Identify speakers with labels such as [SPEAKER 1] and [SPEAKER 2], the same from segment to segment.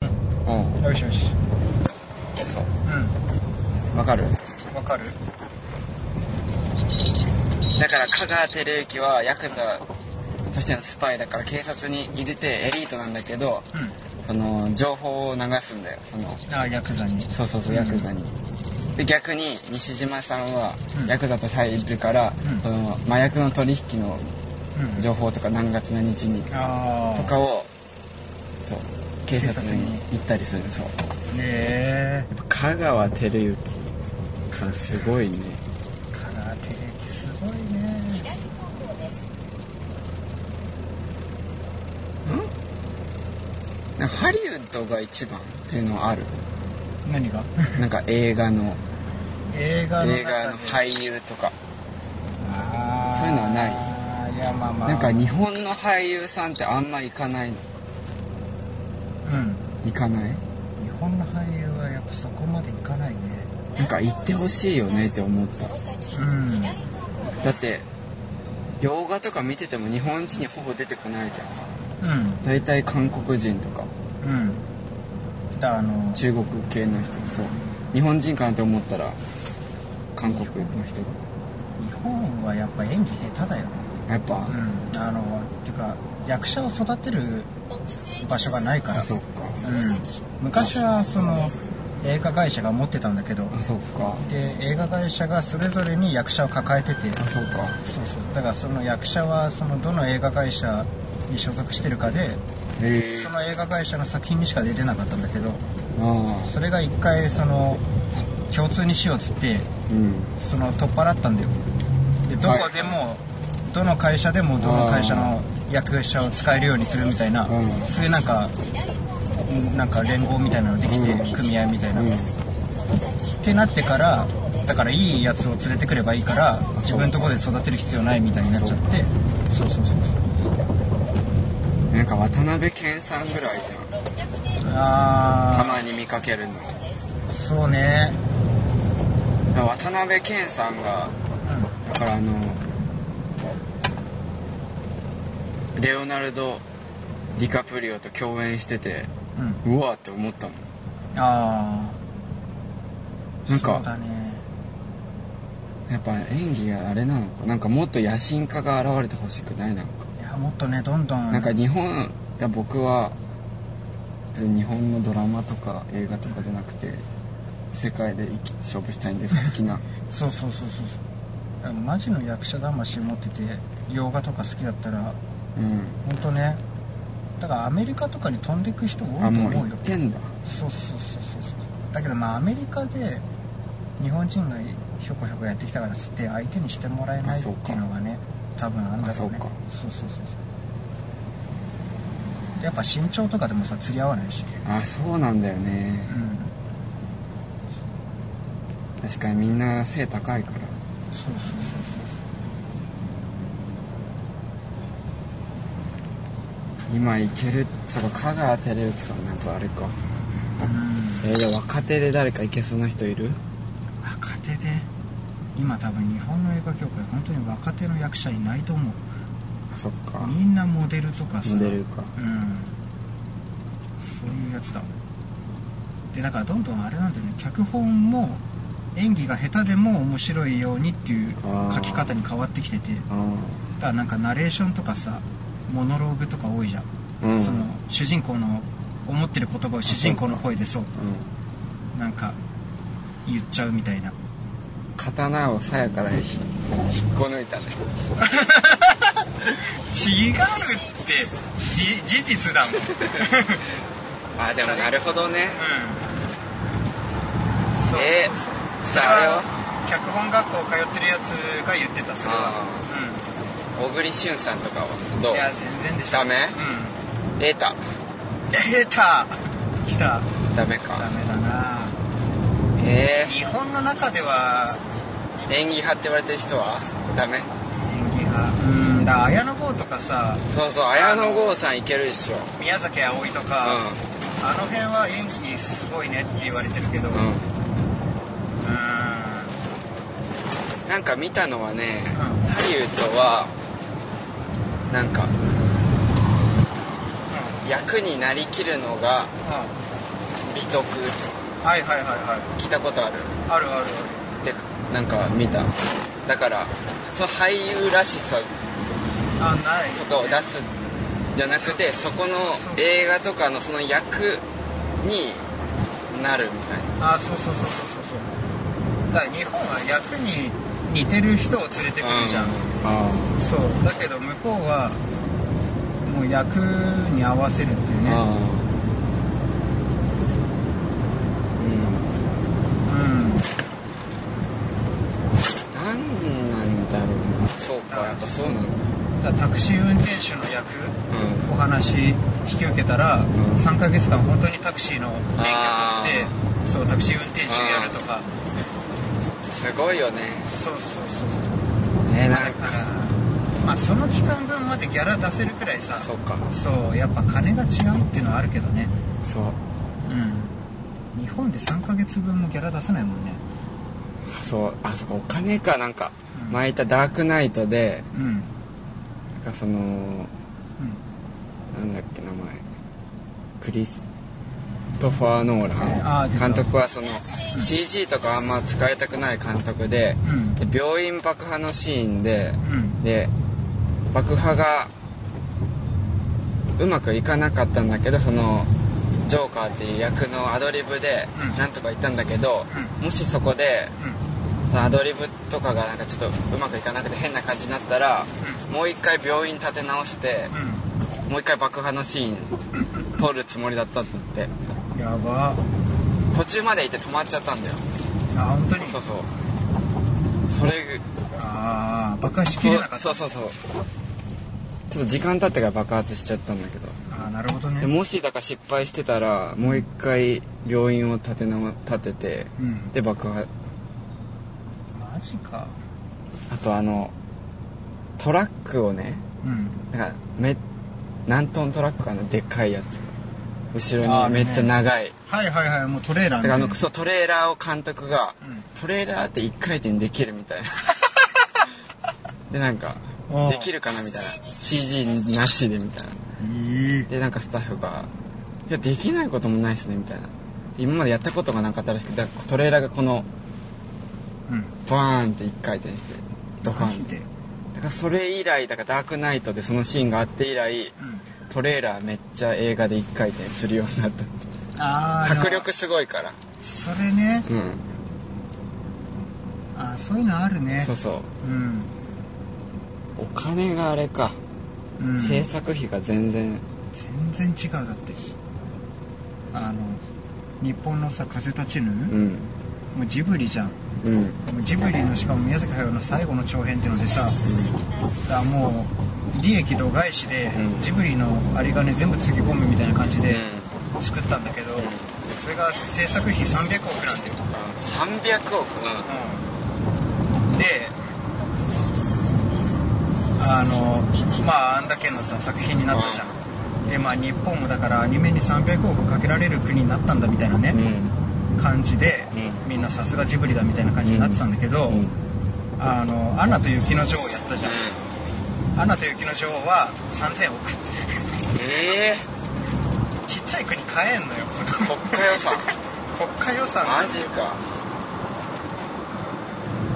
[SPEAKER 1] うん
[SPEAKER 2] よしよし
[SPEAKER 1] そう
[SPEAKER 2] う
[SPEAKER 1] わかる
[SPEAKER 2] んわかる
[SPEAKER 1] だから香川照之はヤクザとしてのスパイだから警察に入れてエリートなんだけど
[SPEAKER 2] う
[SPEAKER 1] その情報を流すんだよその
[SPEAKER 2] んあヤクザに
[SPEAKER 1] そうそうそう
[SPEAKER 2] うん
[SPEAKER 1] ヤクザに、で逆に西島さんは
[SPEAKER 2] うん
[SPEAKER 1] ヤクザとして入るから、
[SPEAKER 2] うん
[SPEAKER 1] その麻薬の取引の
[SPEAKER 2] うん
[SPEAKER 1] 情報とか何月何日に
[SPEAKER 2] あ
[SPEAKER 1] と
[SPEAKER 2] あ
[SPEAKER 1] かをそう警察
[SPEAKER 2] 警
[SPEAKER 1] に行ったりするそう
[SPEAKER 2] ねえ
[SPEAKER 1] 香川照之さんすごいね
[SPEAKER 2] 香川照之すごいね
[SPEAKER 3] 左方向です
[SPEAKER 1] なんかハリウッドが一番っていうのはあ る
[SPEAKER 2] 何が
[SPEAKER 1] なんか映画の
[SPEAKER 2] 映画の中で
[SPEAKER 1] 映画の俳優とか
[SPEAKER 2] あー
[SPEAKER 1] そういうのはない
[SPEAKER 2] いやまあまあ
[SPEAKER 1] なんか日本の俳優さんってあんま行かないの
[SPEAKER 2] うん
[SPEAKER 1] 行かない
[SPEAKER 2] 日本の俳優はやっぱそこまでいかないね
[SPEAKER 1] なんか行ってほしいよねって思っ
[SPEAKER 3] そ
[SPEAKER 1] た
[SPEAKER 3] の先、
[SPEAKER 2] うん
[SPEAKER 3] 左方向です
[SPEAKER 1] だって洋画とか見てても日本人にほぼ出てこないじゃん
[SPEAKER 2] うん
[SPEAKER 1] 大体韓国人とか
[SPEAKER 2] うんだからあの
[SPEAKER 1] 中国系の人そう日本人かなって思ったら韓国の人とか
[SPEAKER 2] 日本はやっぱ演技下手だよね
[SPEAKER 1] やっぱ
[SPEAKER 2] うんあのっていうか役者を育てる
[SPEAKER 3] 北西です
[SPEAKER 2] 場所がないから
[SPEAKER 1] あそっか
[SPEAKER 3] その先、
[SPEAKER 2] 昔はその
[SPEAKER 3] です
[SPEAKER 2] 映画会社が持ってたんだけど
[SPEAKER 1] あそっか
[SPEAKER 2] で映画会社がそれぞれに役者を抱えてて
[SPEAKER 1] あそうか
[SPEAKER 2] そうそうだからその役者はそのどの映画会社に所属してるかで
[SPEAKER 1] へえ
[SPEAKER 2] その映画会社の作品にしか出れなかったんだけど
[SPEAKER 1] あ
[SPEAKER 2] それが一回その共通にしようっつって
[SPEAKER 1] あうん
[SPEAKER 2] その取っ払ったんだよでどこでもどの会社でもどの会社の役者を使えるようにするみたいな
[SPEAKER 1] うん
[SPEAKER 2] そういうなんか
[SPEAKER 3] 左方向です
[SPEAKER 2] なんか連合みたいなのできて
[SPEAKER 1] うん
[SPEAKER 2] 組合みたいな、
[SPEAKER 1] うん
[SPEAKER 2] っ
[SPEAKER 3] その先
[SPEAKER 2] てなってからだからいいやつを連れてくればいいから自分のとこで育てる必要ないみたいになっちゃってそうそうそうそう
[SPEAKER 1] なんか渡辺謙さんぐらいじゃん
[SPEAKER 3] 600メートル
[SPEAKER 1] た
[SPEAKER 2] あ
[SPEAKER 1] まに見かけるの
[SPEAKER 3] です
[SPEAKER 2] あそうね
[SPEAKER 1] 渡辺謙さんがだからあのレオナルド・ディカプリオと共演してて
[SPEAKER 2] うん、う
[SPEAKER 1] う
[SPEAKER 2] ん、
[SPEAKER 1] わーって思ったもん
[SPEAKER 2] ああ
[SPEAKER 1] なんか
[SPEAKER 2] そうだね
[SPEAKER 1] やっぱ演技があれなのかなんかもっと野心家が現れてほしくないなんか、
[SPEAKER 2] いやもっとねどんどん
[SPEAKER 1] なんか日本が僕は別に日本のドラマとか映画とかじゃなくて世界で生き勝負したいんです的な
[SPEAKER 2] そうそうそうそうあのマジの役者魂持ってて洋画とか好きだったら
[SPEAKER 1] うん
[SPEAKER 2] 本当ねだからアメリカとかに飛んでいく人多いと
[SPEAKER 1] あも
[SPEAKER 2] 思
[SPEAKER 1] う
[SPEAKER 2] う
[SPEAKER 1] 言
[SPEAKER 2] よ
[SPEAKER 1] ってんだ
[SPEAKER 2] そうそうそうそうそうだけどまあアメリカで日本人がひょこひょこやってきたからつって相手にしてもらえな
[SPEAKER 1] あ
[SPEAKER 2] いって
[SPEAKER 1] そうか
[SPEAKER 2] いうのがね多分あんだろうね
[SPEAKER 1] あそうか
[SPEAKER 2] そうそうそうそうやっぱ身長とかでもさ釣り合わないしね
[SPEAKER 1] あそうなんだよね
[SPEAKER 2] うん
[SPEAKER 1] 確かにみんな背高いから
[SPEAKER 2] そうそうそうそう
[SPEAKER 1] 今いけるそうか香川照之さんなんかあれか
[SPEAKER 2] うん
[SPEAKER 1] えー、でも若手で誰かいけそうな人いる
[SPEAKER 2] 若手で今多分日本の映画業界本当に若手の役者いないと思う
[SPEAKER 1] あそっかモ
[SPEAKER 2] みんなモデルとかさ
[SPEAKER 1] デルか
[SPEAKER 2] うんそういうやつだでだからどんどんあれなんだよね脚本も演技が下手でも面白いようにっていう
[SPEAKER 1] あー
[SPEAKER 2] 書き方に変わってきてて
[SPEAKER 1] あ
[SPEAKER 2] だからなんかナレーションとかさモノローグとか多いじゃん、
[SPEAKER 1] あうん
[SPEAKER 2] その主人公の思ってる言葉を主人公の声でそう
[SPEAKER 1] うん
[SPEAKER 2] なんか言っちゃうみたいな
[SPEAKER 1] 刀を鞘からひ引っこ抜いたね
[SPEAKER 2] 違うってじ事実だもん、
[SPEAKER 1] あでもなるほどね
[SPEAKER 2] そう
[SPEAKER 1] え
[SPEAKER 2] そうそ
[SPEAKER 1] さ
[SPEAKER 2] う
[SPEAKER 1] ああれよ
[SPEAKER 2] 脚本学校通ってるやつが言ってたそれは
[SPEAKER 1] あ小栗旬さんとかは
[SPEAKER 2] う
[SPEAKER 1] ど
[SPEAKER 2] ん
[SPEAKER 1] う
[SPEAKER 2] いや全然でしょ
[SPEAKER 1] ダメ
[SPEAKER 2] うん
[SPEAKER 1] データ
[SPEAKER 2] えーた来た
[SPEAKER 1] ダメ
[SPEAKER 2] ダ
[SPEAKER 1] か
[SPEAKER 2] メだな
[SPEAKER 1] え
[SPEAKER 2] 日本の中では
[SPEAKER 1] ー、演技派って言われてる人はダメ
[SPEAKER 2] 演技がうんだ綾野剛とかさ
[SPEAKER 1] そうそう綾野剛さんいけるっしょ
[SPEAKER 2] 宮崎あおいと
[SPEAKER 1] う
[SPEAKER 2] か、
[SPEAKER 1] ん
[SPEAKER 2] あの辺は演技すごいねって言われてるけどうん
[SPEAKER 1] うんなんか見たのはね、
[SPEAKER 2] うん
[SPEAKER 1] ハリウッドはなんか役になりきるのが美徳
[SPEAKER 2] はいはいはいはい
[SPEAKER 1] 聞いたことある
[SPEAKER 2] あるあ
[SPEAKER 1] っ
[SPEAKER 2] る
[SPEAKER 1] てなんか見ただからその俳優らしさ
[SPEAKER 2] あるあない
[SPEAKER 1] とかを出すじゃなくてそこの映画とかのその役になるみたいな
[SPEAKER 2] あそうそうそうそうそうそうだから日本は役に似てる人を連れてくるじゃん、
[SPEAKER 1] あ
[SPEAKER 2] そうだけど向こうはもう役に合わせるっていう
[SPEAKER 1] あ
[SPEAKER 2] ね
[SPEAKER 1] あうん
[SPEAKER 2] うん
[SPEAKER 1] なんなんだろうなそうかやっぱそうなんだ
[SPEAKER 2] だからタクシー運転手の役
[SPEAKER 1] うん
[SPEAKER 2] お話引き受けたら、
[SPEAKER 1] ん
[SPEAKER 2] 3ヶ月間本当にタクシーの免
[SPEAKER 1] あ
[SPEAKER 2] 許取ってそうタクシー運転手やるとか
[SPEAKER 1] すごいよね
[SPEAKER 2] そうそうそう
[SPEAKER 1] ね
[SPEAKER 2] だ
[SPEAKER 1] な
[SPEAKER 2] か
[SPEAKER 1] ん
[SPEAKER 2] ら
[SPEAKER 1] か
[SPEAKER 2] まあその期間分までギャラ出せるくらいさ
[SPEAKER 1] そうか
[SPEAKER 2] そうやっぱ金が違うっていうのはあるけどね
[SPEAKER 1] そう
[SPEAKER 2] うん日本で3ヶ月分もギャラ出せないもんね
[SPEAKER 1] そうあそこお金かなんか
[SPEAKER 2] うん
[SPEAKER 1] 前いたダークナイトで
[SPEAKER 2] うんうん
[SPEAKER 1] なんかそのなんだっけ名前クリストファー・ノーラ
[SPEAKER 2] あー出
[SPEAKER 1] ン
[SPEAKER 2] た
[SPEAKER 1] 監督はその CG とかあんま使いたくない監督で
[SPEAKER 2] うん
[SPEAKER 1] で病院爆破のシーンで
[SPEAKER 2] うん
[SPEAKER 1] で爆破がうまくいかなかったんだけどそのジョーカーっていう役のアドリブで
[SPEAKER 2] うん
[SPEAKER 1] なんとか言ったんだけどもしそこでそのアドリブとかがなんかちょっとうまくいかなくて変な感じになったらもう一回病院立て直して
[SPEAKER 2] うん
[SPEAKER 1] もう一回爆破のシーン撮るつもりだったんだって
[SPEAKER 2] うんやば
[SPEAKER 1] 途中まで行って止まっちゃったんだよ
[SPEAKER 2] あ本当に
[SPEAKER 1] そうそうそれ
[SPEAKER 2] ああ爆破しきれなかった
[SPEAKER 1] そうそうそうちょっと時間経ってから爆発しちゃったんだけど
[SPEAKER 2] ああなるほど
[SPEAKER 1] で
[SPEAKER 2] ね
[SPEAKER 1] もしだから失敗してたらもう一回病院を立て直立てて
[SPEAKER 2] うん
[SPEAKER 1] で爆破
[SPEAKER 2] マジか
[SPEAKER 1] あとあのトラックをね
[SPEAKER 2] うん
[SPEAKER 1] なんかめ何トントラックかなでっかいやつ後ろ
[SPEAKER 2] あー
[SPEAKER 1] にめっちゃ長い、
[SPEAKER 2] はいはいはいもうトレーラー
[SPEAKER 1] だか
[SPEAKER 2] みたい
[SPEAKER 1] らあ
[SPEAKER 2] な
[SPEAKER 1] のクソトレーラーを監督が、
[SPEAKER 2] うん
[SPEAKER 1] トレーラーって1回転できるみ たいなでなんか
[SPEAKER 2] あー
[SPEAKER 1] できるかなみたいな CG なしでみたいない
[SPEAKER 2] い
[SPEAKER 1] でなんかスタッフが「いやできないこともないっすね」みたいな今までやったことがなかったらしくてだからトレーラーがこの
[SPEAKER 2] うん
[SPEAKER 1] バーンって1回転してドカン
[SPEAKER 2] マ
[SPEAKER 1] っ
[SPEAKER 2] ジ
[SPEAKER 1] て
[SPEAKER 2] で
[SPEAKER 1] だからそれ以来だからダークナイトでそのシーンがあって以来
[SPEAKER 2] うん
[SPEAKER 1] トレーラーめっちゃ映画で1回転するようになった
[SPEAKER 2] ああ
[SPEAKER 1] 迫力すごいから
[SPEAKER 2] それね
[SPEAKER 1] うん
[SPEAKER 2] あーそういうのあるね
[SPEAKER 1] そうそう
[SPEAKER 2] うん
[SPEAKER 1] お金があれか、
[SPEAKER 2] うん
[SPEAKER 1] 制作費が全然
[SPEAKER 2] 全然違うだってあの日本のさ「風立ちぬ」
[SPEAKER 1] うん
[SPEAKER 2] もうジブリじゃんも
[SPEAKER 1] うん
[SPEAKER 2] うジブリのしかも宮崎駿の最後の長編っていうのでさ、だからもう利益度外視で
[SPEAKER 1] うん
[SPEAKER 2] ジブリの有り金全部つぎ込むみたいな感じで
[SPEAKER 1] う
[SPEAKER 2] 作ったんだけど、それが制作費300億なんだよ、
[SPEAKER 1] 300億う
[SPEAKER 2] うん、であのまああんだけのさ作品になったじゃん、でまあ日本もだからアニメに300億かけられる国になったんだみたいなね、
[SPEAKER 1] んうん
[SPEAKER 2] 感じで、
[SPEAKER 1] う
[SPEAKER 2] みんなさすがジブリだみたいな感じになってたんだけど「
[SPEAKER 1] うん
[SPEAKER 2] あのアナと雪の女王」やったじゃん「アナと雪の女王」は3000億って
[SPEAKER 1] ええ
[SPEAKER 2] ちっちゃい国買えんのよ
[SPEAKER 1] 国家予算
[SPEAKER 2] 国家予算
[SPEAKER 1] マジか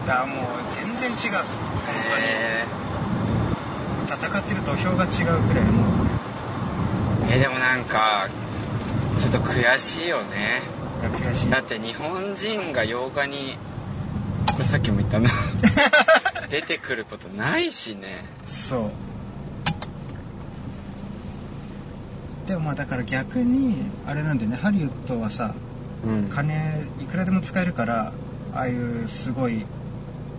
[SPEAKER 2] だもう全然違う本
[SPEAKER 1] え
[SPEAKER 2] 当に戦ってる土俵が違うくらいもう
[SPEAKER 1] ーえでもなんかちょっと悔しいよね
[SPEAKER 2] いや悔しい
[SPEAKER 1] だって日本人が8日にこれさっきも言った な出てくることないしね
[SPEAKER 2] そうでもまあだから逆にあれなんだよねハリウッドはさ
[SPEAKER 1] うん
[SPEAKER 2] 金いくらでも使えるからああいうすごい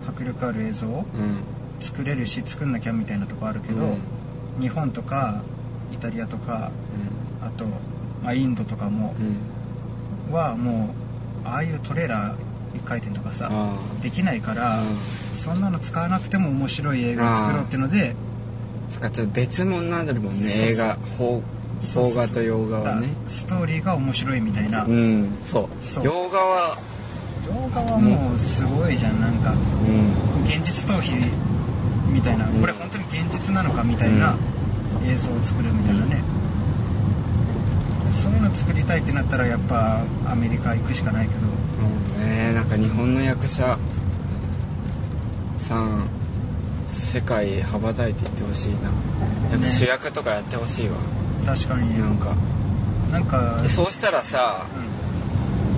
[SPEAKER 2] 迫力ある映像を
[SPEAKER 1] うん
[SPEAKER 2] 作れるし作んなきゃみたいなとこあるけど、
[SPEAKER 1] うん
[SPEAKER 2] 日本とかイタリアとか
[SPEAKER 1] うん
[SPEAKER 2] あと、まあ、インドとかも
[SPEAKER 1] う、ん
[SPEAKER 2] はもうああいうトレーラー1回転とかさ
[SPEAKER 1] あ
[SPEAKER 2] できないから、
[SPEAKER 1] あうん
[SPEAKER 2] そんなの使わなくても面白い映画を作ろうっていうので
[SPEAKER 1] そっかちょっと別物になるもんね
[SPEAKER 2] そうそう
[SPEAKER 1] 映画邦
[SPEAKER 2] そうそう
[SPEAKER 1] 邦
[SPEAKER 2] そう
[SPEAKER 1] 画と洋画はね
[SPEAKER 2] だストーリーが面白いみたいな、
[SPEAKER 1] うんそう
[SPEAKER 2] そう
[SPEAKER 1] 洋画は
[SPEAKER 2] 動画はもうすごいじゃんなんか
[SPEAKER 1] うん
[SPEAKER 2] 現実逃避みたいな、
[SPEAKER 1] うん
[SPEAKER 2] これ本当に現実なのかみたいな映像を作るみたいなね、そういうの作りたいってなったらやっぱアメリカ行くしかないけど
[SPEAKER 1] もうねなんか日本の役者さん世界へ羽ばたいていってほしいなやっぱ
[SPEAKER 2] ね
[SPEAKER 1] 主役とかやってほしいわ、
[SPEAKER 2] 確かに
[SPEAKER 1] なんか
[SPEAKER 2] なんか
[SPEAKER 1] でそうしたらさ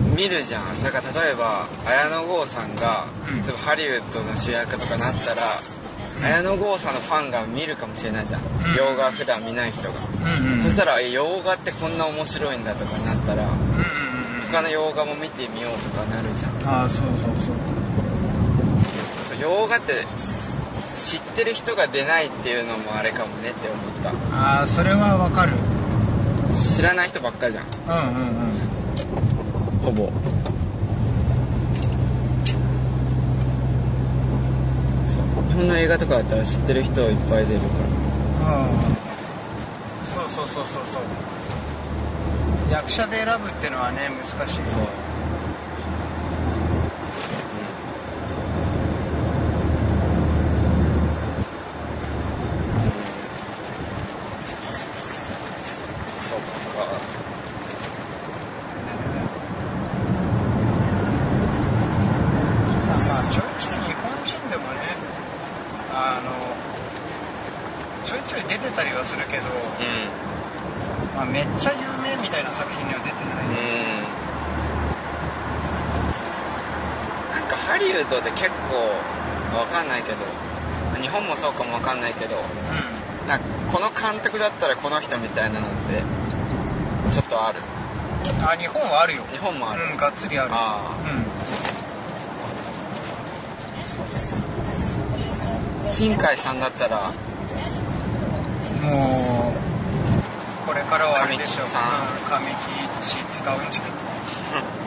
[SPEAKER 2] うん
[SPEAKER 1] 見るじゃんなんか例えば綾野剛さんが、
[SPEAKER 2] うん
[SPEAKER 1] 例えばハリウッドの主役とかなったら綾野剛さんのファンが見るかもしれないじゃん、
[SPEAKER 2] ん
[SPEAKER 1] 洋画普段見ない人が、
[SPEAKER 2] うんうんうんうんうん
[SPEAKER 1] そしたらえ洋画ってこんな面白いんだとかなったら他の洋画も見てみようとかなるじゃん
[SPEAKER 2] ああそうそう
[SPEAKER 1] そ
[SPEAKER 2] そう
[SPEAKER 1] う洋画って知ってる人が出ないっていうのもあれかもねって思っ
[SPEAKER 2] ああそれはわかる
[SPEAKER 1] た知らない人ばっかじゃん
[SPEAKER 2] うんうんうん
[SPEAKER 1] ほぼそう日本の映画とかだったら知ってる人いっぱい出るから
[SPEAKER 2] うんそうそうそうそうそう役者で選ぶってのはね難しい
[SPEAKER 1] そうそっか
[SPEAKER 2] まあまあちょいちょい日本人でもねあのちょいちょい出てたりはするけど、
[SPEAKER 1] う
[SPEAKER 2] まあ、めっちゃ有名みたいな作品には出てない
[SPEAKER 1] んう
[SPEAKER 2] ね
[SPEAKER 1] んなんかハリウッドって結構わかんないけど日本もそうかもわかんないけどなんかこの監督だったらこの人みたいなのってちょっとある
[SPEAKER 2] うんあ日本はあるよ
[SPEAKER 1] 日本もある、
[SPEAKER 2] うんがっつりある
[SPEAKER 1] あ
[SPEAKER 2] う
[SPEAKER 1] あ新海さんだったら
[SPEAKER 2] んもうこれからはあれでしょう
[SPEAKER 1] 神木さん
[SPEAKER 2] うん神木一使うんじゃない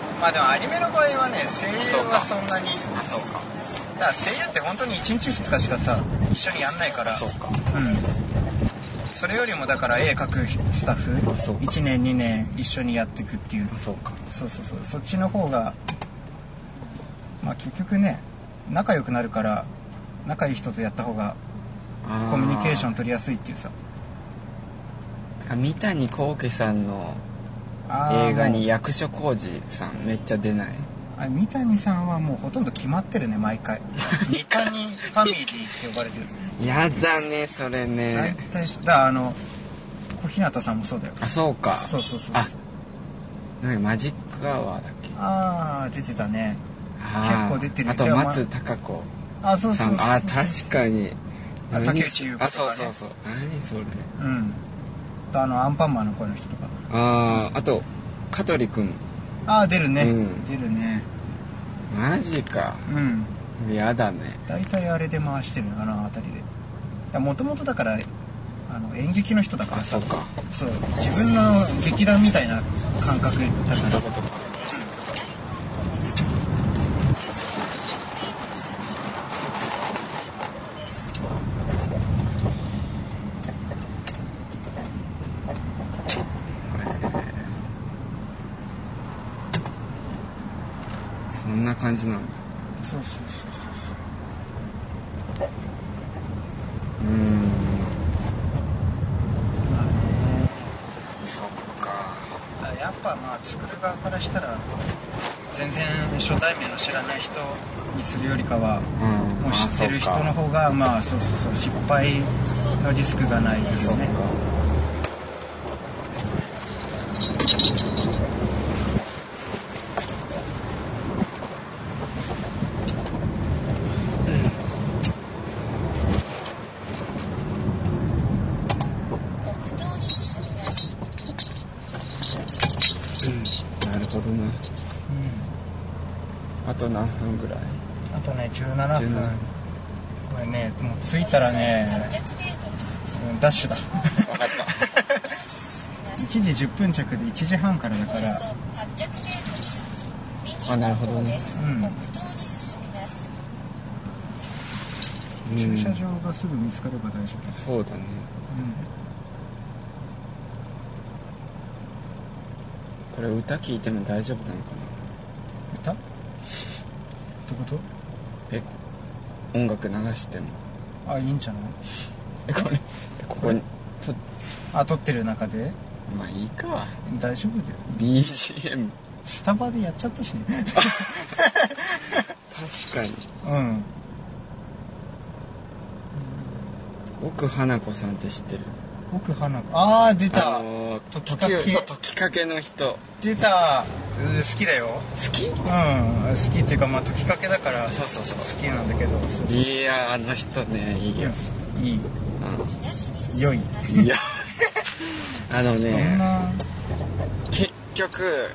[SPEAKER 2] まあでもアニメの場合はね声優はそんなに
[SPEAKER 1] あそうか
[SPEAKER 2] だから声優って本当に1日2日しかさ一緒にやんないから
[SPEAKER 1] そうか
[SPEAKER 2] うん、それよりもだから絵描くスタッフ
[SPEAKER 1] あそうか
[SPEAKER 2] 1年2年一緒にやっていくっていう
[SPEAKER 1] あそうか
[SPEAKER 2] そうそうそうそっちの方がまあ結局ね仲良くなるから仲いい人とやった方がコミュニケーショ
[SPEAKER 1] ン
[SPEAKER 2] ン取りやすいっていうさ
[SPEAKER 1] 三谷幸喜さんの
[SPEAKER 2] あー
[SPEAKER 1] 映画に
[SPEAKER 2] もう
[SPEAKER 1] 役所広司さんめっちゃ出ない
[SPEAKER 2] あ三谷さんはもうほとんど決まってるね 毎回三谷ファミリーって呼ばれてる
[SPEAKER 1] やだねそれ
[SPEAKER 2] 大
[SPEAKER 1] ね
[SPEAKER 2] 体そうだからあの小日向さんもそうだよ
[SPEAKER 1] あそうか
[SPEAKER 2] そうそうそう
[SPEAKER 1] あなんかマジックアワーだっけ
[SPEAKER 2] ああ出てたね
[SPEAKER 1] あー
[SPEAKER 2] 結構出てる
[SPEAKER 1] あと
[SPEAKER 2] でもまあ
[SPEAKER 1] 松たか子
[SPEAKER 2] あそう
[SPEAKER 1] さ
[SPEAKER 2] そうそ
[SPEAKER 1] ん
[SPEAKER 2] う
[SPEAKER 1] あ確かに
[SPEAKER 2] あ
[SPEAKER 1] 何
[SPEAKER 2] 竹内優子
[SPEAKER 1] あ
[SPEAKER 2] とか
[SPEAKER 1] そ
[SPEAKER 2] ね
[SPEAKER 1] うそうそう何それ
[SPEAKER 2] うんとあのアンパンマンの声の人とか
[SPEAKER 1] あああと香取君
[SPEAKER 2] ああ出るね、
[SPEAKER 1] うん
[SPEAKER 2] 出るね
[SPEAKER 1] マジか
[SPEAKER 2] うん
[SPEAKER 1] やだね
[SPEAKER 2] 大体あれで回してるのかなあの辺りでもともとだからあの演劇の人だか
[SPEAKER 1] あ
[SPEAKER 2] ら
[SPEAKER 1] そうか
[SPEAKER 2] そう自分の劇団みたいな感覚だから
[SPEAKER 1] ことかそんな感じなんだ
[SPEAKER 2] そうそうそうそ
[SPEAKER 1] う
[SPEAKER 2] う
[SPEAKER 1] ーん
[SPEAKER 2] そうまあね
[SPEAKER 1] そっか
[SPEAKER 2] だからやっぱまあ作る側からしたら全然初対面の知らない人にするよりかは
[SPEAKER 1] うん
[SPEAKER 2] もう知ってる人の
[SPEAKER 1] あ
[SPEAKER 2] 方がまあそうそうそう失敗のリスクがないです
[SPEAKER 1] そっかそっ
[SPEAKER 2] ね
[SPEAKER 1] か
[SPEAKER 3] 北東に進みます
[SPEAKER 1] うんなるほどねあと何分ぐらい
[SPEAKER 2] あとね17
[SPEAKER 1] 17
[SPEAKER 2] 分これねもう着いたらね
[SPEAKER 3] 100メートル先
[SPEAKER 2] うんダッシュだ
[SPEAKER 1] 分かった
[SPEAKER 3] に進みます
[SPEAKER 2] 1時10分着で1時半からだ
[SPEAKER 3] お
[SPEAKER 2] か
[SPEAKER 3] よそ
[SPEAKER 2] ら
[SPEAKER 3] 800メートル先右
[SPEAKER 1] あなるほど
[SPEAKER 3] 方向
[SPEAKER 1] ね
[SPEAKER 3] です
[SPEAKER 2] うん
[SPEAKER 3] 北東に進みます
[SPEAKER 2] 駐車場がすぐ見つかれば大丈夫です、
[SPEAKER 1] そうだねこれ歌聞いても大丈夫なのかな
[SPEAKER 2] うん、歌ってこと
[SPEAKER 1] え音楽流しても
[SPEAKER 2] あいいんじゃない
[SPEAKER 1] えこれここにと
[SPEAKER 2] あ撮ってる中で
[SPEAKER 1] まあいいか
[SPEAKER 2] 大丈夫だよ
[SPEAKER 1] BGM
[SPEAKER 2] スタバでやっちゃったしね
[SPEAKER 1] 確かに
[SPEAKER 2] うん
[SPEAKER 1] 奥花子さんって知ってる
[SPEAKER 2] 奥花子ああ出た、
[SPEAKER 1] あのー
[SPEAKER 2] 時かけ
[SPEAKER 1] 時そう時かけの人
[SPEAKER 2] 出たうー好きだよ
[SPEAKER 1] 好き
[SPEAKER 2] うん好きっていうかまあ時かけだから
[SPEAKER 1] そうそうそう
[SPEAKER 2] 好きなんだけどそうそう
[SPEAKER 1] いやあの人ねいいよ、
[SPEAKER 2] いい
[SPEAKER 1] うん
[SPEAKER 3] 東に
[SPEAKER 2] 良
[SPEAKER 3] 進
[SPEAKER 2] い
[SPEAKER 3] みます
[SPEAKER 1] いや あの
[SPEAKER 2] どん
[SPEAKER 1] ね
[SPEAKER 2] な
[SPEAKER 1] 結局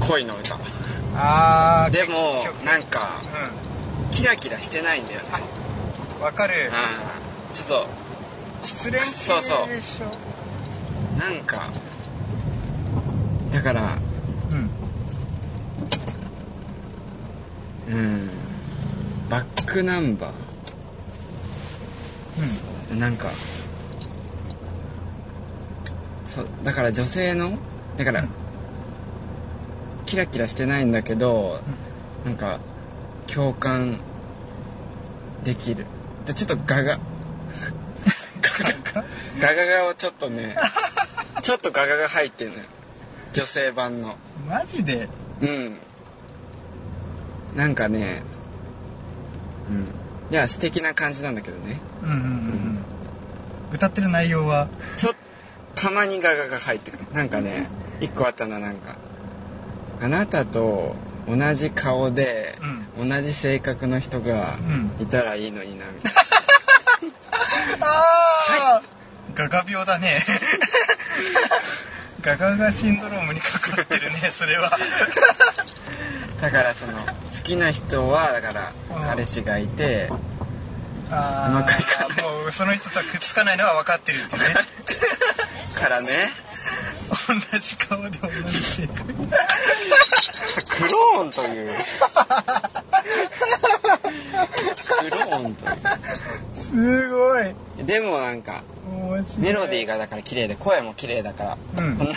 [SPEAKER 2] うん
[SPEAKER 1] 恋の歌
[SPEAKER 2] あー
[SPEAKER 1] でも
[SPEAKER 2] 結局
[SPEAKER 1] なんかキラキラしてないんだよね
[SPEAKER 2] うんわかる
[SPEAKER 1] うんちょっと
[SPEAKER 2] 失恋系でし
[SPEAKER 1] そ
[SPEAKER 2] ょ
[SPEAKER 1] うそうなんかだから
[SPEAKER 2] うん
[SPEAKER 1] うんバックナンバ
[SPEAKER 2] う
[SPEAKER 1] ーなんかそうだから女性のだから、
[SPEAKER 2] うん
[SPEAKER 1] キラキラしてないんだけど、なんか共感できるでちょっとガガガガガをちょっとねちょっとガガが入ってるのよ女性版の
[SPEAKER 2] んマジで
[SPEAKER 1] うんなんかねうんいや素敵な感じなんだけどね
[SPEAKER 2] うんうんうんうん歌ってる内容は
[SPEAKER 1] ちょったまにガガが入ってくるなんかね一個あったななんかあなたと同じ顔で、同じ性格の人が
[SPEAKER 2] う
[SPEAKER 1] いたらいいのになみたい
[SPEAKER 2] ああガガ病だね ガガガシンドロームにかかってる ねそれは
[SPEAKER 1] なだから その好きな人はだから
[SPEAKER 2] うん
[SPEAKER 1] 彼氏がいて
[SPEAKER 2] あー
[SPEAKER 1] うまくいかない
[SPEAKER 2] もうその人とはくっつかないのは分かってるってね
[SPEAKER 1] からね
[SPEAKER 2] 同じ顔で同じ性格
[SPEAKER 1] クローンというクローンという
[SPEAKER 2] すごい
[SPEAKER 1] でもなんか
[SPEAKER 2] 面白い
[SPEAKER 1] メロディーがだから綺麗で声も綺麗だから、
[SPEAKER 2] うん
[SPEAKER 1] こんな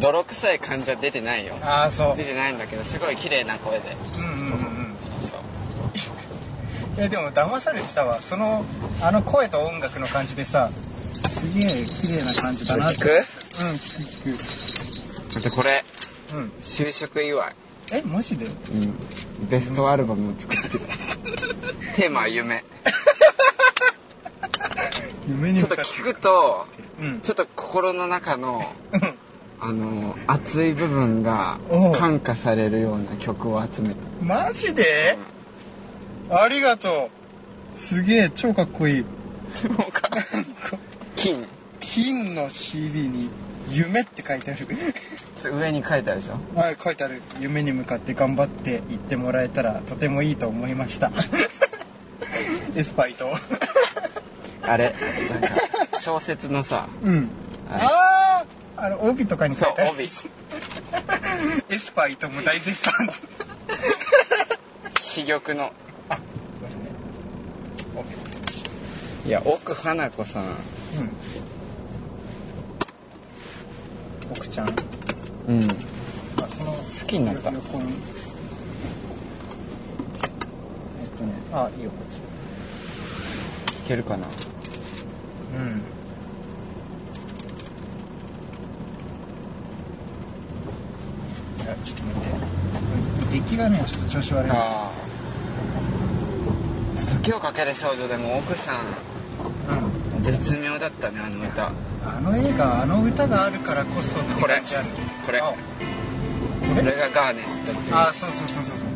[SPEAKER 1] 泥臭い感じは出てないよ
[SPEAKER 2] ああそう
[SPEAKER 1] 出てないんだけどすごい綺麗な声で
[SPEAKER 2] うんうんうんうん
[SPEAKER 1] そう
[SPEAKER 2] いやでも騙されてたわそのあの声と音楽の感じでさすげえ綺麗な感じだなって
[SPEAKER 1] 聞く
[SPEAKER 2] うん聞く聞
[SPEAKER 1] あとこれ
[SPEAKER 2] くうん
[SPEAKER 1] 就職祝い、
[SPEAKER 2] えマジで
[SPEAKER 1] うん、ベストアルバムを作っ てるテーマは夢
[SPEAKER 2] 夢に
[SPEAKER 1] ちょっ
[SPEAKER 2] 向
[SPEAKER 1] と
[SPEAKER 2] かって
[SPEAKER 1] 聞くと
[SPEAKER 2] うん
[SPEAKER 1] ちょっと心の中の
[SPEAKER 2] うん
[SPEAKER 1] あの熱い部分が
[SPEAKER 2] おう
[SPEAKER 1] 感化されるような曲を集めた
[SPEAKER 2] マジで、ありがとうすげえ超かっこいい
[SPEAKER 1] そうか金ち
[SPEAKER 2] 金の CD に「夢」って書いてある
[SPEAKER 1] ょっと上に書いてあるでしょ
[SPEAKER 2] はい書いてある夢に向かって頑張って行ってもらえたらとてもいいと思いました エスパイと
[SPEAKER 1] あれなんか小説のさ
[SPEAKER 2] うん
[SPEAKER 1] はい
[SPEAKER 2] あああの帯とかに書
[SPEAKER 1] そ
[SPEAKER 2] いうてある
[SPEAKER 1] 帯
[SPEAKER 2] エスパイとも大絶賛
[SPEAKER 1] 珠玉の
[SPEAKER 2] あごめんね
[SPEAKER 1] いや奥花子さん
[SPEAKER 2] うん奥ちゃんあ
[SPEAKER 1] うん好
[SPEAKER 2] その
[SPEAKER 1] きになった
[SPEAKER 2] 横にえっとねあいいよこっち
[SPEAKER 1] いけるかな
[SPEAKER 2] うんいやちょっと待って出来がねちょっと調子悪い
[SPEAKER 1] ああ時をかける少女でも奥さん
[SPEAKER 2] うん
[SPEAKER 1] 絶妙だったねあの歌
[SPEAKER 2] あの映画あの歌があるからこそ
[SPEAKER 1] これ
[SPEAKER 2] って感じある
[SPEAKER 1] これ
[SPEAKER 2] あ
[SPEAKER 1] これがガーネットって
[SPEAKER 2] あそうそうそうそうそう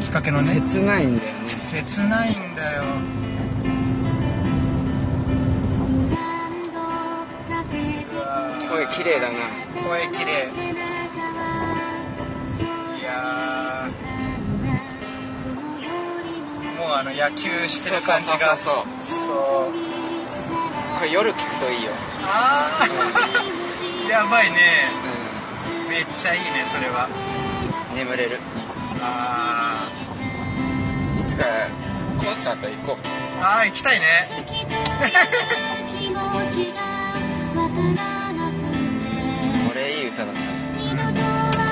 [SPEAKER 2] 時かけのね
[SPEAKER 1] 切ないんだよね
[SPEAKER 2] 切ないんだようわー
[SPEAKER 1] 声綺麗だな
[SPEAKER 2] 声綺麗いやーもうあの野球して
[SPEAKER 1] そうそう
[SPEAKER 2] る感じ
[SPEAKER 1] そうそ
[SPEAKER 2] が
[SPEAKER 1] うそう
[SPEAKER 2] そう
[SPEAKER 1] これ夜聞くといいよ
[SPEAKER 2] あーやばいね
[SPEAKER 1] う
[SPEAKER 2] めっちゃいいねそれは
[SPEAKER 1] ん眠れる
[SPEAKER 2] あー
[SPEAKER 1] いつかコンサート行こう
[SPEAKER 2] あー行きたいね
[SPEAKER 1] これいい歌だった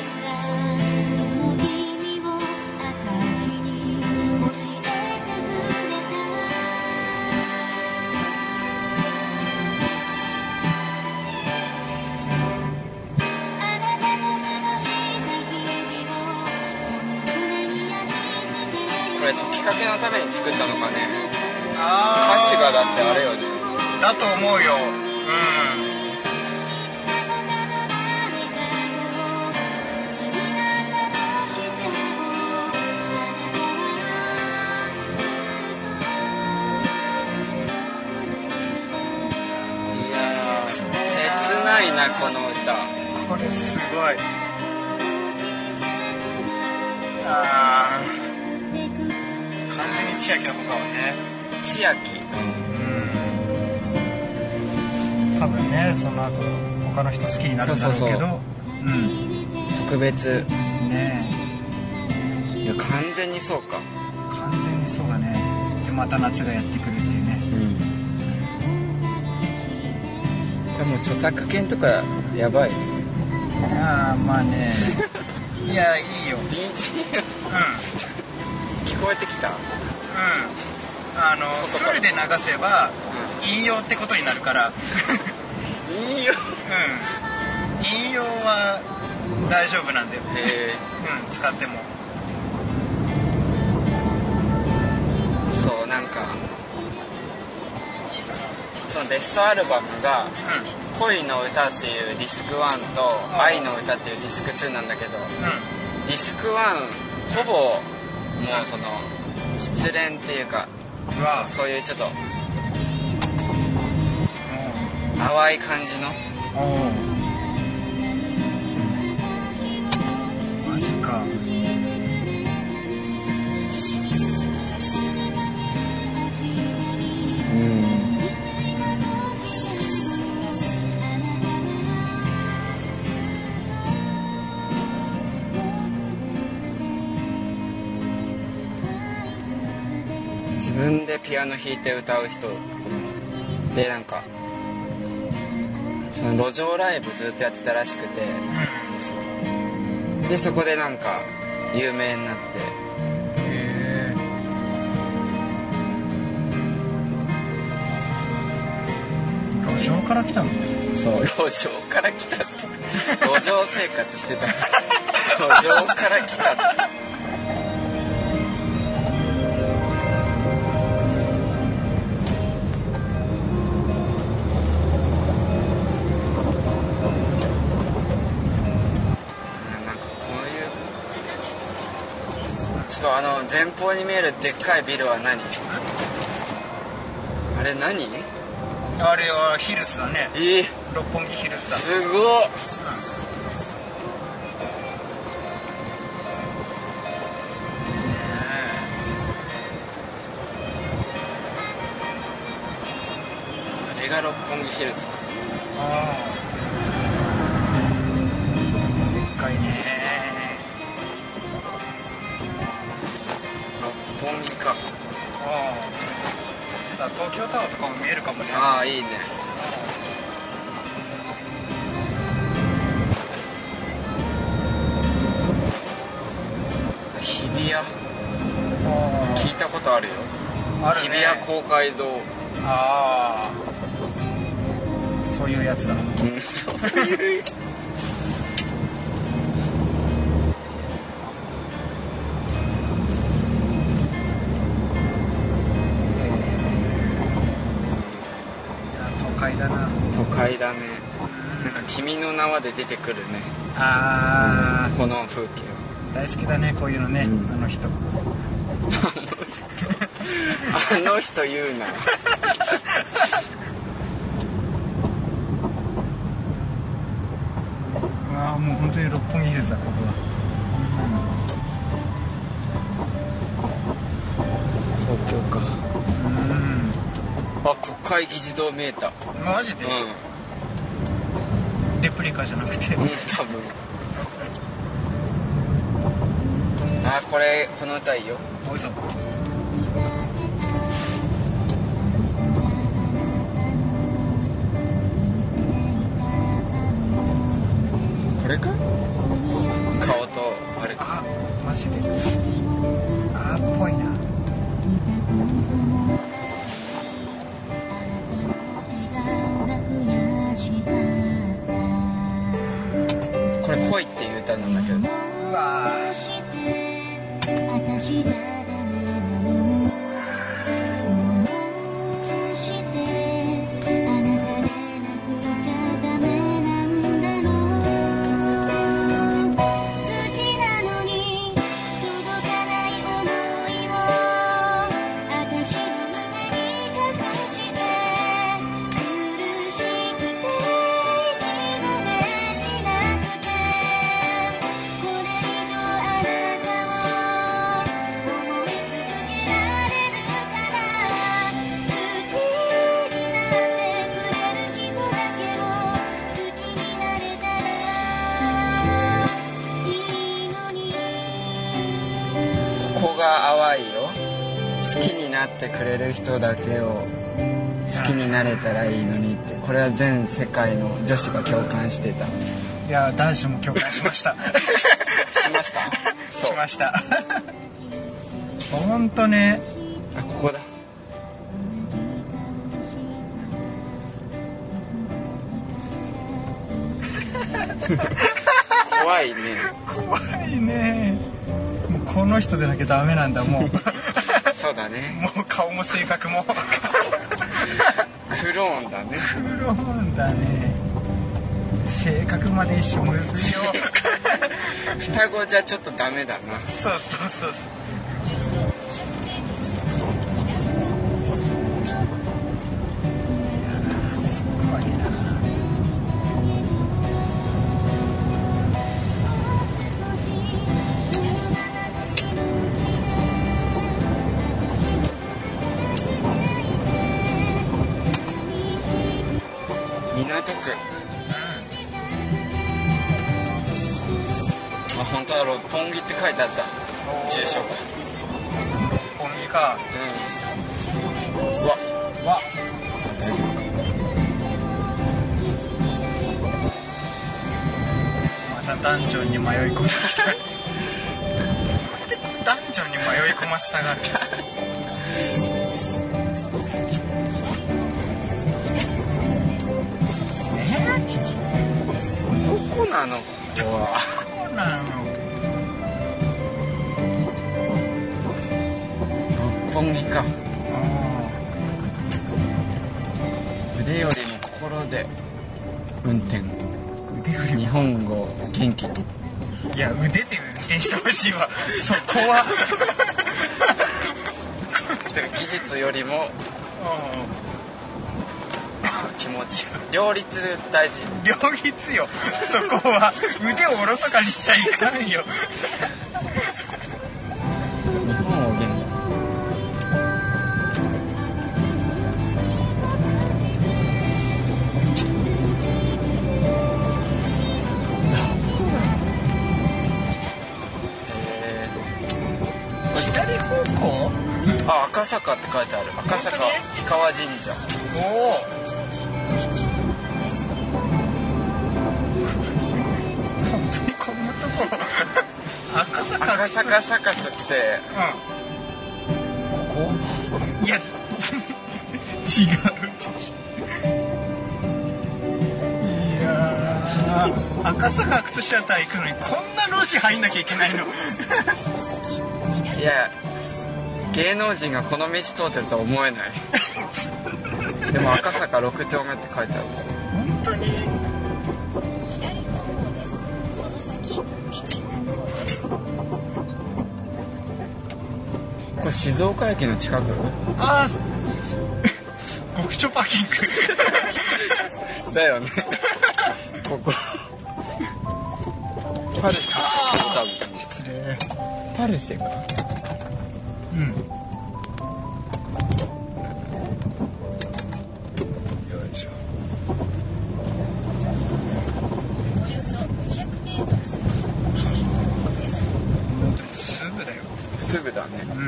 [SPEAKER 4] 「
[SPEAKER 1] れきっかけのために作ったのかね
[SPEAKER 2] あ
[SPEAKER 1] 歌詞がだってあ
[SPEAKER 2] れ
[SPEAKER 1] れよね
[SPEAKER 2] だと思うようん
[SPEAKER 1] いやー切ないなこの歌
[SPEAKER 2] これすごいああ完全に千秋のことだもんね
[SPEAKER 1] 千秋
[SPEAKER 2] 多分ねその後他の人好きになるんだろうけど
[SPEAKER 1] そうそうそう
[SPEAKER 2] うん
[SPEAKER 1] 特別
[SPEAKER 2] ね
[SPEAKER 1] いや完全にそうか
[SPEAKER 2] え完全にそうだねでまた夏がやってくるっていうね
[SPEAKER 1] うんでも著作権とかやばい
[SPEAKER 2] ああまあね いやいいよ
[SPEAKER 1] BGM
[SPEAKER 2] うん
[SPEAKER 1] 聞こえてきた、うん、
[SPEAKER 2] うんあの
[SPEAKER 1] 外から
[SPEAKER 2] フルで流せば引用ってことになるから
[SPEAKER 1] いいよ
[SPEAKER 2] うん引用は大丈夫なんだよ、
[SPEAKER 1] へ
[SPEAKER 2] うん、使っても
[SPEAKER 1] えそうなんかそのベストアルバムが
[SPEAKER 2] う
[SPEAKER 1] 「恋の歌」っていうディスク1と「
[SPEAKER 2] あ
[SPEAKER 1] 愛の歌」っていうディスク2なんだけど
[SPEAKER 2] んうん
[SPEAKER 1] ディスク1ほぼもうその失恋っていうか
[SPEAKER 2] うわ
[SPEAKER 1] そういうちょっと
[SPEAKER 2] う
[SPEAKER 1] 淡い感じの
[SPEAKER 2] んおおマジか
[SPEAKER 3] 西に進みます
[SPEAKER 1] うん
[SPEAKER 3] 西に進みます
[SPEAKER 1] 自分でピアノ弾いて歌う人でなんかその路上ライブずっとやってたらしくてでそこでなんか有名になって
[SPEAKER 2] へえ路上から来たの
[SPEAKER 1] そう路上から来たって路上生活してた 路上から来たってなんかそういうちょっとあの前方に見えるでっかいビルは何あれ何
[SPEAKER 2] あれはヒルズだね
[SPEAKER 1] えー、
[SPEAKER 2] 六本木ヒルズだ
[SPEAKER 1] すごっ
[SPEAKER 3] 西に進みます
[SPEAKER 1] あれが六本木ヒルズか
[SPEAKER 2] ああでっかいね
[SPEAKER 1] 六本木か
[SPEAKER 2] ああさあ東京タワーとかも見えるかもね
[SPEAKER 1] ああいいね日比谷聞いたことあるよ
[SPEAKER 2] ある
[SPEAKER 1] 日
[SPEAKER 2] ね
[SPEAKER 1] 比谷公会堂
[SPEAKER 2] ああそういうやつだ
[SPEAKER 1] うんそういう
[SPEAKER 2] 都会だな
[SPEAKER 1] 都会だねなんか「君の名は」で出てくるね
[SPEAKER 2] あ
[SPEAKER 1] この風景
[SPEAKER 2] ー大好きだねこういうのね、
[SPEAKER 1] うん
[SPEAKER 2] あの人
[SPEAKER 1] あの人言うな
[SPEAKER 2] ああもう本当に六本木ヒルズだここは
[SPEAKER 1] 東京か
[SPEAKER 2] う
[SPEAKER 1] あ国会議事堂見えた
[SPEAKER 2] んマジで、
[SPEAKER 1] う
[SPEAKER 2] レプリカじゃなくて、
[SPEAKER 1] んうん多分あこれこの歌いいよ
[SPEAKER 2] おいぞ
[SPEAKER 1] これか顔とあれ
[SPEAKER 2] あマジであーっぽいな
[SPEAKER 1] これ「恋」っていう歌なんだけど
[SPEAKER 2] うわー
[SPEAKER 4] 私じゃダメな
[SPEAKER 1] 愛を好きになってくれる人だけを好きになれたらいいのにってこれは全世界の女子が共感してたし
[SPEAKER 2] いや男子も共感しました
[SPEAKER 1] ま した
[SPEAKER 2] しました本当ね
[SPEAKER 1] あここだ怖いね
[SPEAKER 2] 怖いねもうこの人でなきゃダメなんだ もうも
[SPEAKER 1] そうだね
[SPEAKER 2] う顔も性格も
[SPEAKER 1] クローンだね
[SPEAKER 2] クローンだね性格まで一緒むずいよ
[SPEAKER 1] 双子じゃちょっとダメだな
[SPEAKER 2] そうそうそうそう
[SPEAKER 3] およそ200メートル先左方向です
[SPEAKER 2] すごいな
[SPEAKER 3] どうです進み
[SPEAKER 1] 港区
[SPEAKER 3] ます
[SPEAKER 1] あ本当だ六本木って書いてあった住所が
[SPEAKER 2] 本気か
[SPEAKER 1] う
[SPEAKER 3] 200メートル
[SPEAKER 1] んうわ
[SPEAKER 2] わ
[SPEAKER 1] 大丈夫か
[SPEAKER 2] またダンジョンに迷い込んできたなんでダンジョンに迷い込ませたがる
[SPEAKER 3] 進みますその先左方向です左方向ですその先駅方向です
[SPEAKER 1] どこなのここは
[SPEAKER 2] そうなの
[SPEAKER 1] 六本木か
[SPEAKER 2] あ
[SPEAKER 1] 腕よりも心で運転
[SPEAKER 2] ー腕振り
[SPEAKER 1] 日本語を元気に
[SPEAKER 2] いや腕で運転してほしいわそこは
[SPEAKER 1] 技術よりも気持ち両立大事
[SPEAKER 2] 両立よそこは腕をおろそかにしちゃいかんよ
[SPEAKER 1] 日本を元気え
[SPEAKER 2] 左方向
[SPEAKER 1] ーあ赤坂って書いてある赤坂
[SPEAKER 2] 本
[SPEAKER 1] 氷川神社
[SPEAKER 2] お
[SPEAKER 3] 先右方向です
[SPEAKER 2] お本当にこんなとこ赤坂
[SPEAKER 1] 赤坂サカスってここ
[SPEAKER 2] うんいや違うでしょいやー赤坂靴下隊行くのにこんな路地入んなきゃいけないの
[SPEAKER 3] その先左方向
[SPEAKER 1] いや
[SPEAKER 3] です
[SPEAKER 1] 芸能人がこの道通ってるとは思え ないでも赤坂6丁目って書いてある
[SPEAKER 2] 本当に
[SPEAKER 3] 左方向ですその先右方向です
[SPEAKER 1] これ静岡駅の近く
[SPEAKER 2] ああ 極超パーキング
[SPEAKER 1] だよねここパルシェ多分
[SPEAKER 2] 失礼
[SPEAKER 1] パルシェか
[SPEAKER 2] うんよいしょ
[SPEAKER 3] およそ200メートル先右方向です
[SPEAKER 2] 本当にすぐだよ
[SPEAKER 1] すぐだね
[SPEAKER 2] う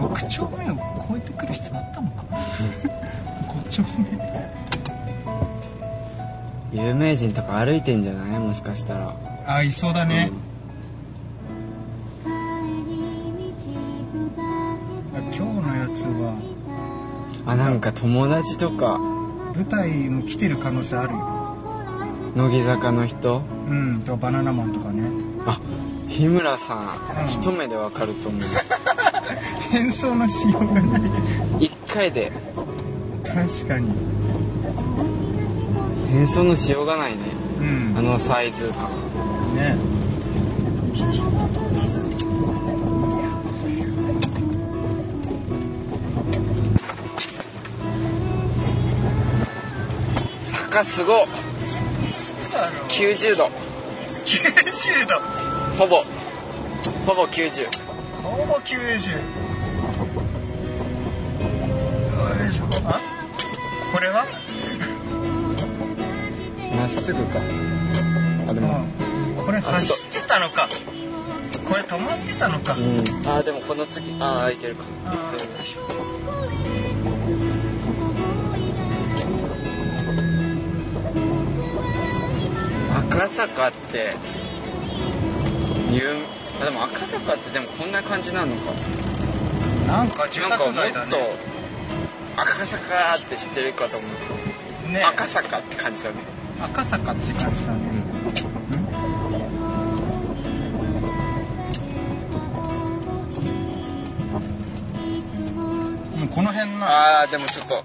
[SPEAKER 2] ん6丁目を超えてくる必要あったのか5丁目
[SPEAKER 1] 有名人とか歩いてんじゃないもしかしたら
[SPEAKER 2] あいそうだね、今日のやつは
[SPEAKER 1] あなんか友達とか
[SPEAKER 2] 舞台も来てる可能性あるよ
[SPEAKER 1] 乃木坂の人
[SPEAKER 2] うんとバナナマンとかね
[SPEAKER 1] あ日村さん、
[SPEAKER 2] うん
[SPEAKER 1] 一目でわかると思う
[SPEAKER 2] 変装のしようがない
[SPEAKER 1] 一回で
[SPEAKER 2] 確かに
[SPEAKER 1] 変装のしようがないね
[SPEAKER 2] うん
[SPEAKER 1] あのサイズ感
[SPEAKER 2] ね
[SPEAKER 3] 右方向です
[SPEAKER 1] 坂すごっ
[SPEAKER 2] さあの
[SPEAKER 1] 90度
[SPEAKER 2] 90度
[SPEAKER 1] ほぼほぼ90
[SPEAKER 2] ほぼ90よいしょあこれは
[SPEAKER 1] まっすぐかあでも
[SPEAKER 2] うんこれ走ってたのかこれ止まってたのか、
[SPEAKER 1] うん、あーでもこの次ああいけるか
[SPEAKER 2] あ
[SPEAKER 1] 赤坂って有あでも赤坂ってでもこんな感じなのか
[SPEAKER 2] ーなんか住
[SPEAKER 1] なんかも
[SPEAKER 2] 宅
[SPEAKER 1] っ
[SPEAKER 2] 街だ
[SPEAKER 1] と
[SPEAKER 2] ね
[SPEAKER 1] 赤坂って知ってるかと思う
[SPEAKER 2] ね
[SPEAKER 1] と赤坂って感じだね
[SPEAKER 2] 赤坂って感じだねもうこの辺な
[SPEAKER 1] あーでもちょっとあ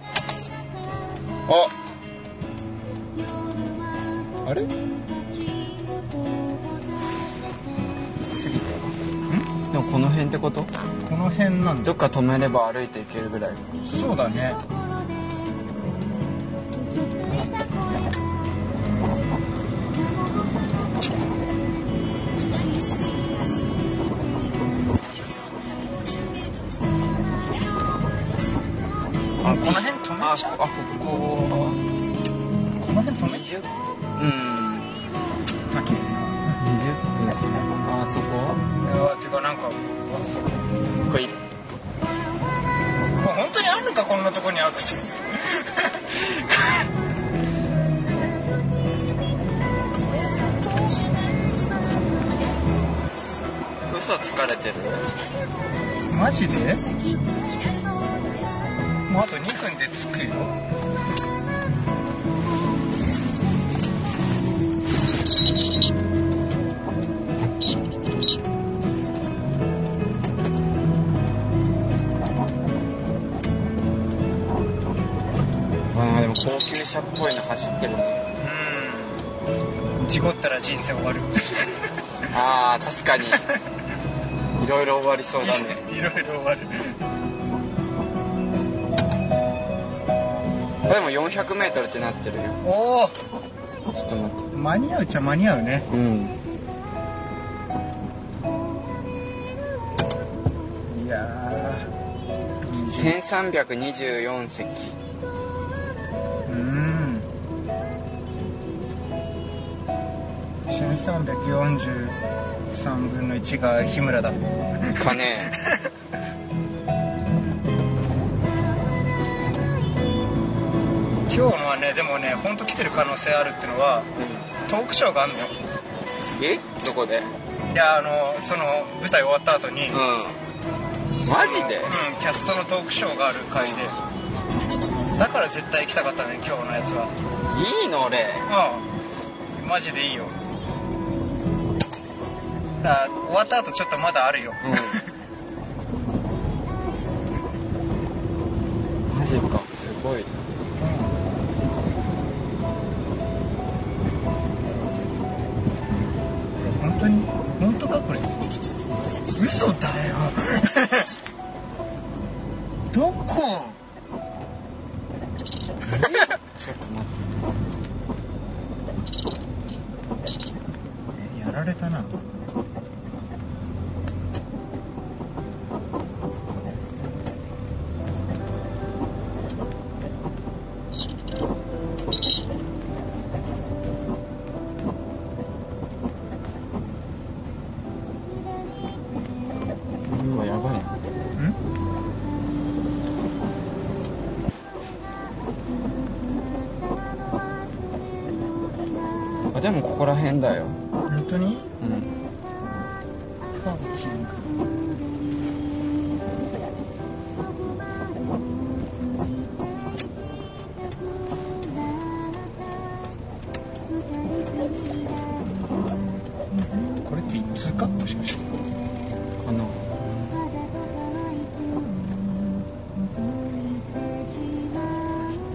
[SPEAKER 1] あれ過ぎたんでもこの辺ってこと
[SPEAKER 2] この辺なんだ
[SPEAKER 1] どっか止めれば歩いていけるぐらい
[SPEAKER 2] そうだね
[SPEAKER 3] 北に進みますおよそ150メートル先左方向です
[SPEAKER 2] あこの辺止
[SPEAKER 1] あ
[SPEAKER 2] めちゃう
[SPEAKER 1] あここ
[SPEAKER 2] この辺止めちゃ
[SPEAKER 1] 20うん
[SPEAKER 2] うた
[SPEAKER 1] 20
[SPEAKER 2] け
[SPEAKER 1] 分ですねあそこ
[SPEAKER 2] うわてかなんか
[SPEAKER 1] これ
[SPEAKER 2] これ本当にあるのかこんなとこにアクセス
[SPEAKER 3] およそ10メートル先左方向です
[SPEAKER 1] 嘘つかれてる
[SPEAKER 3] 左方向です
[SPEAKER 2] マジで
[SPEAKER 3] 先左方向です
[SPEAKER 2] もうあと2分で着くよ
[SPEAKER 1] あでも高級車っぽいの走ってるね
[SPEAKER 2] うん事故ったら人生終わる
[SPEAKER 1] ああ確かにいろいろ終わりそうだね
[SPEAKER 2] いろいろ終わる
[SPEAKER 1] これも 400m ってなってるよ
[SPEAKER 2] おお
[SPEAKER 1] ちょっと待って
[SPEAKER 2] 間に合うっちゃ間に合うね
[SPEAKER 1] うん
[SPEAKER 2] いやー
[SPEAKER 1] 1324席
[SPEAKER 2] うん1343分の1が日村だ
[SPEAKER 1] かね
[SPEAKER 2] 今日はねでもね本当来てる可能性あるってのは
[SPEAKER 1] う
[SPEAKER 2] トークショーがあんのよ
[SPEAKER 1] んえどこで
[SPEAKER 2] いやあのその舞台終わった後に、
[SPEAKER 1] うんマジで
[SPEAKER 2] うん、キャストのトークショーがある回でだから絶対行きたかったね今日のやつはい
[SPEAKER 1] いの俺
[SPEAKER 2] うんマジでいいよだ終わった後ちょっとまだあるよ
[SPEAKER 1] うんマジかすごい
[SPEAKER 2] 本当に本当かこれ嘘だよ ど こ
[SPEAKER 1] ちょっと待って
[SPEAKER 2] やられたな
[SPEAKER 1] うわやばいなあでもここら辺だよ
[SPEAKER 2] 本当に
[SPEAKER 1] うん
[SPEAKER 2] パーキングこれって一通かもしかして
[SPEAKER 1] この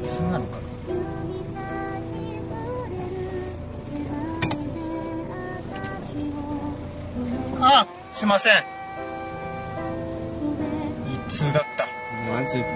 [SPEAKER 2] 一通なのかなあすいません一通だった
[SPEAKER 1] マジか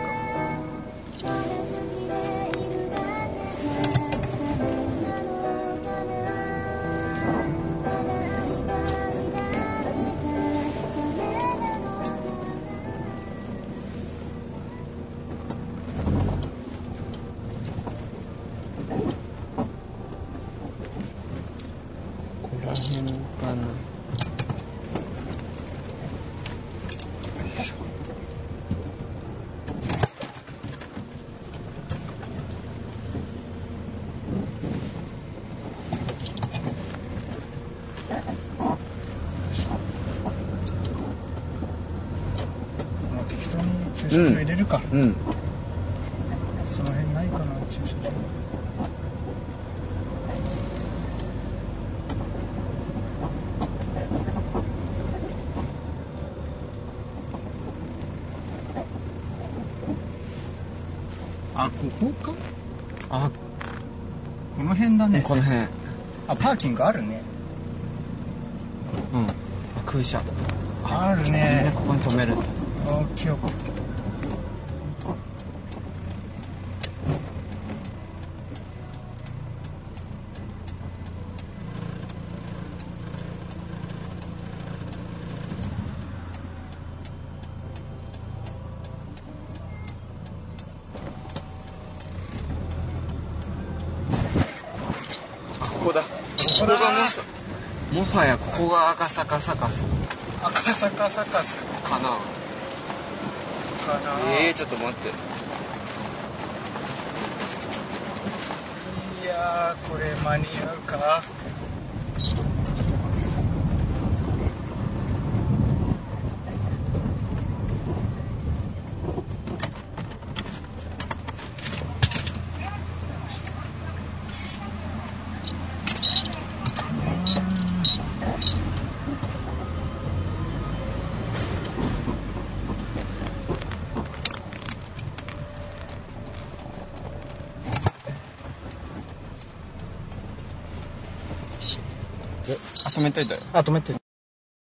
[SPEAKER 1] ここら辺かな
[SPEAKER 2] 駐車場入れるか、
[SPEAKER 1] うん
[SPEAKER 2] その辺ないかな駐車場あここか
[SPEAKER 1] あ
[SPEAKER 2] この辺だね
[SPEAKER 1] この辺うん
[SPEAKER 2] あパーキングあるね
[SPEAKER 1] あ空車
[SPEAKER 2] ある
[SPEAKER 1] みん
[SPEAKER 2] ね
[SPEAKER 1] なここに止めるんだ
[SPEAKER 2] オッケーオッケー
[SPEAKER 1] あここだここがもさもはやここが赤坂サカス
[SPEAKER 2] 赤坂サカス
[SPEAKER 1] かな
[SPEAKER 2] かな、
[SPEAKER 1] えー、ちょっと待って
[SPEAKER 2] いやーこれ間に合うか
[SPEAKER 1] あ止めといたよ
[SPEAKER 2] あ止めて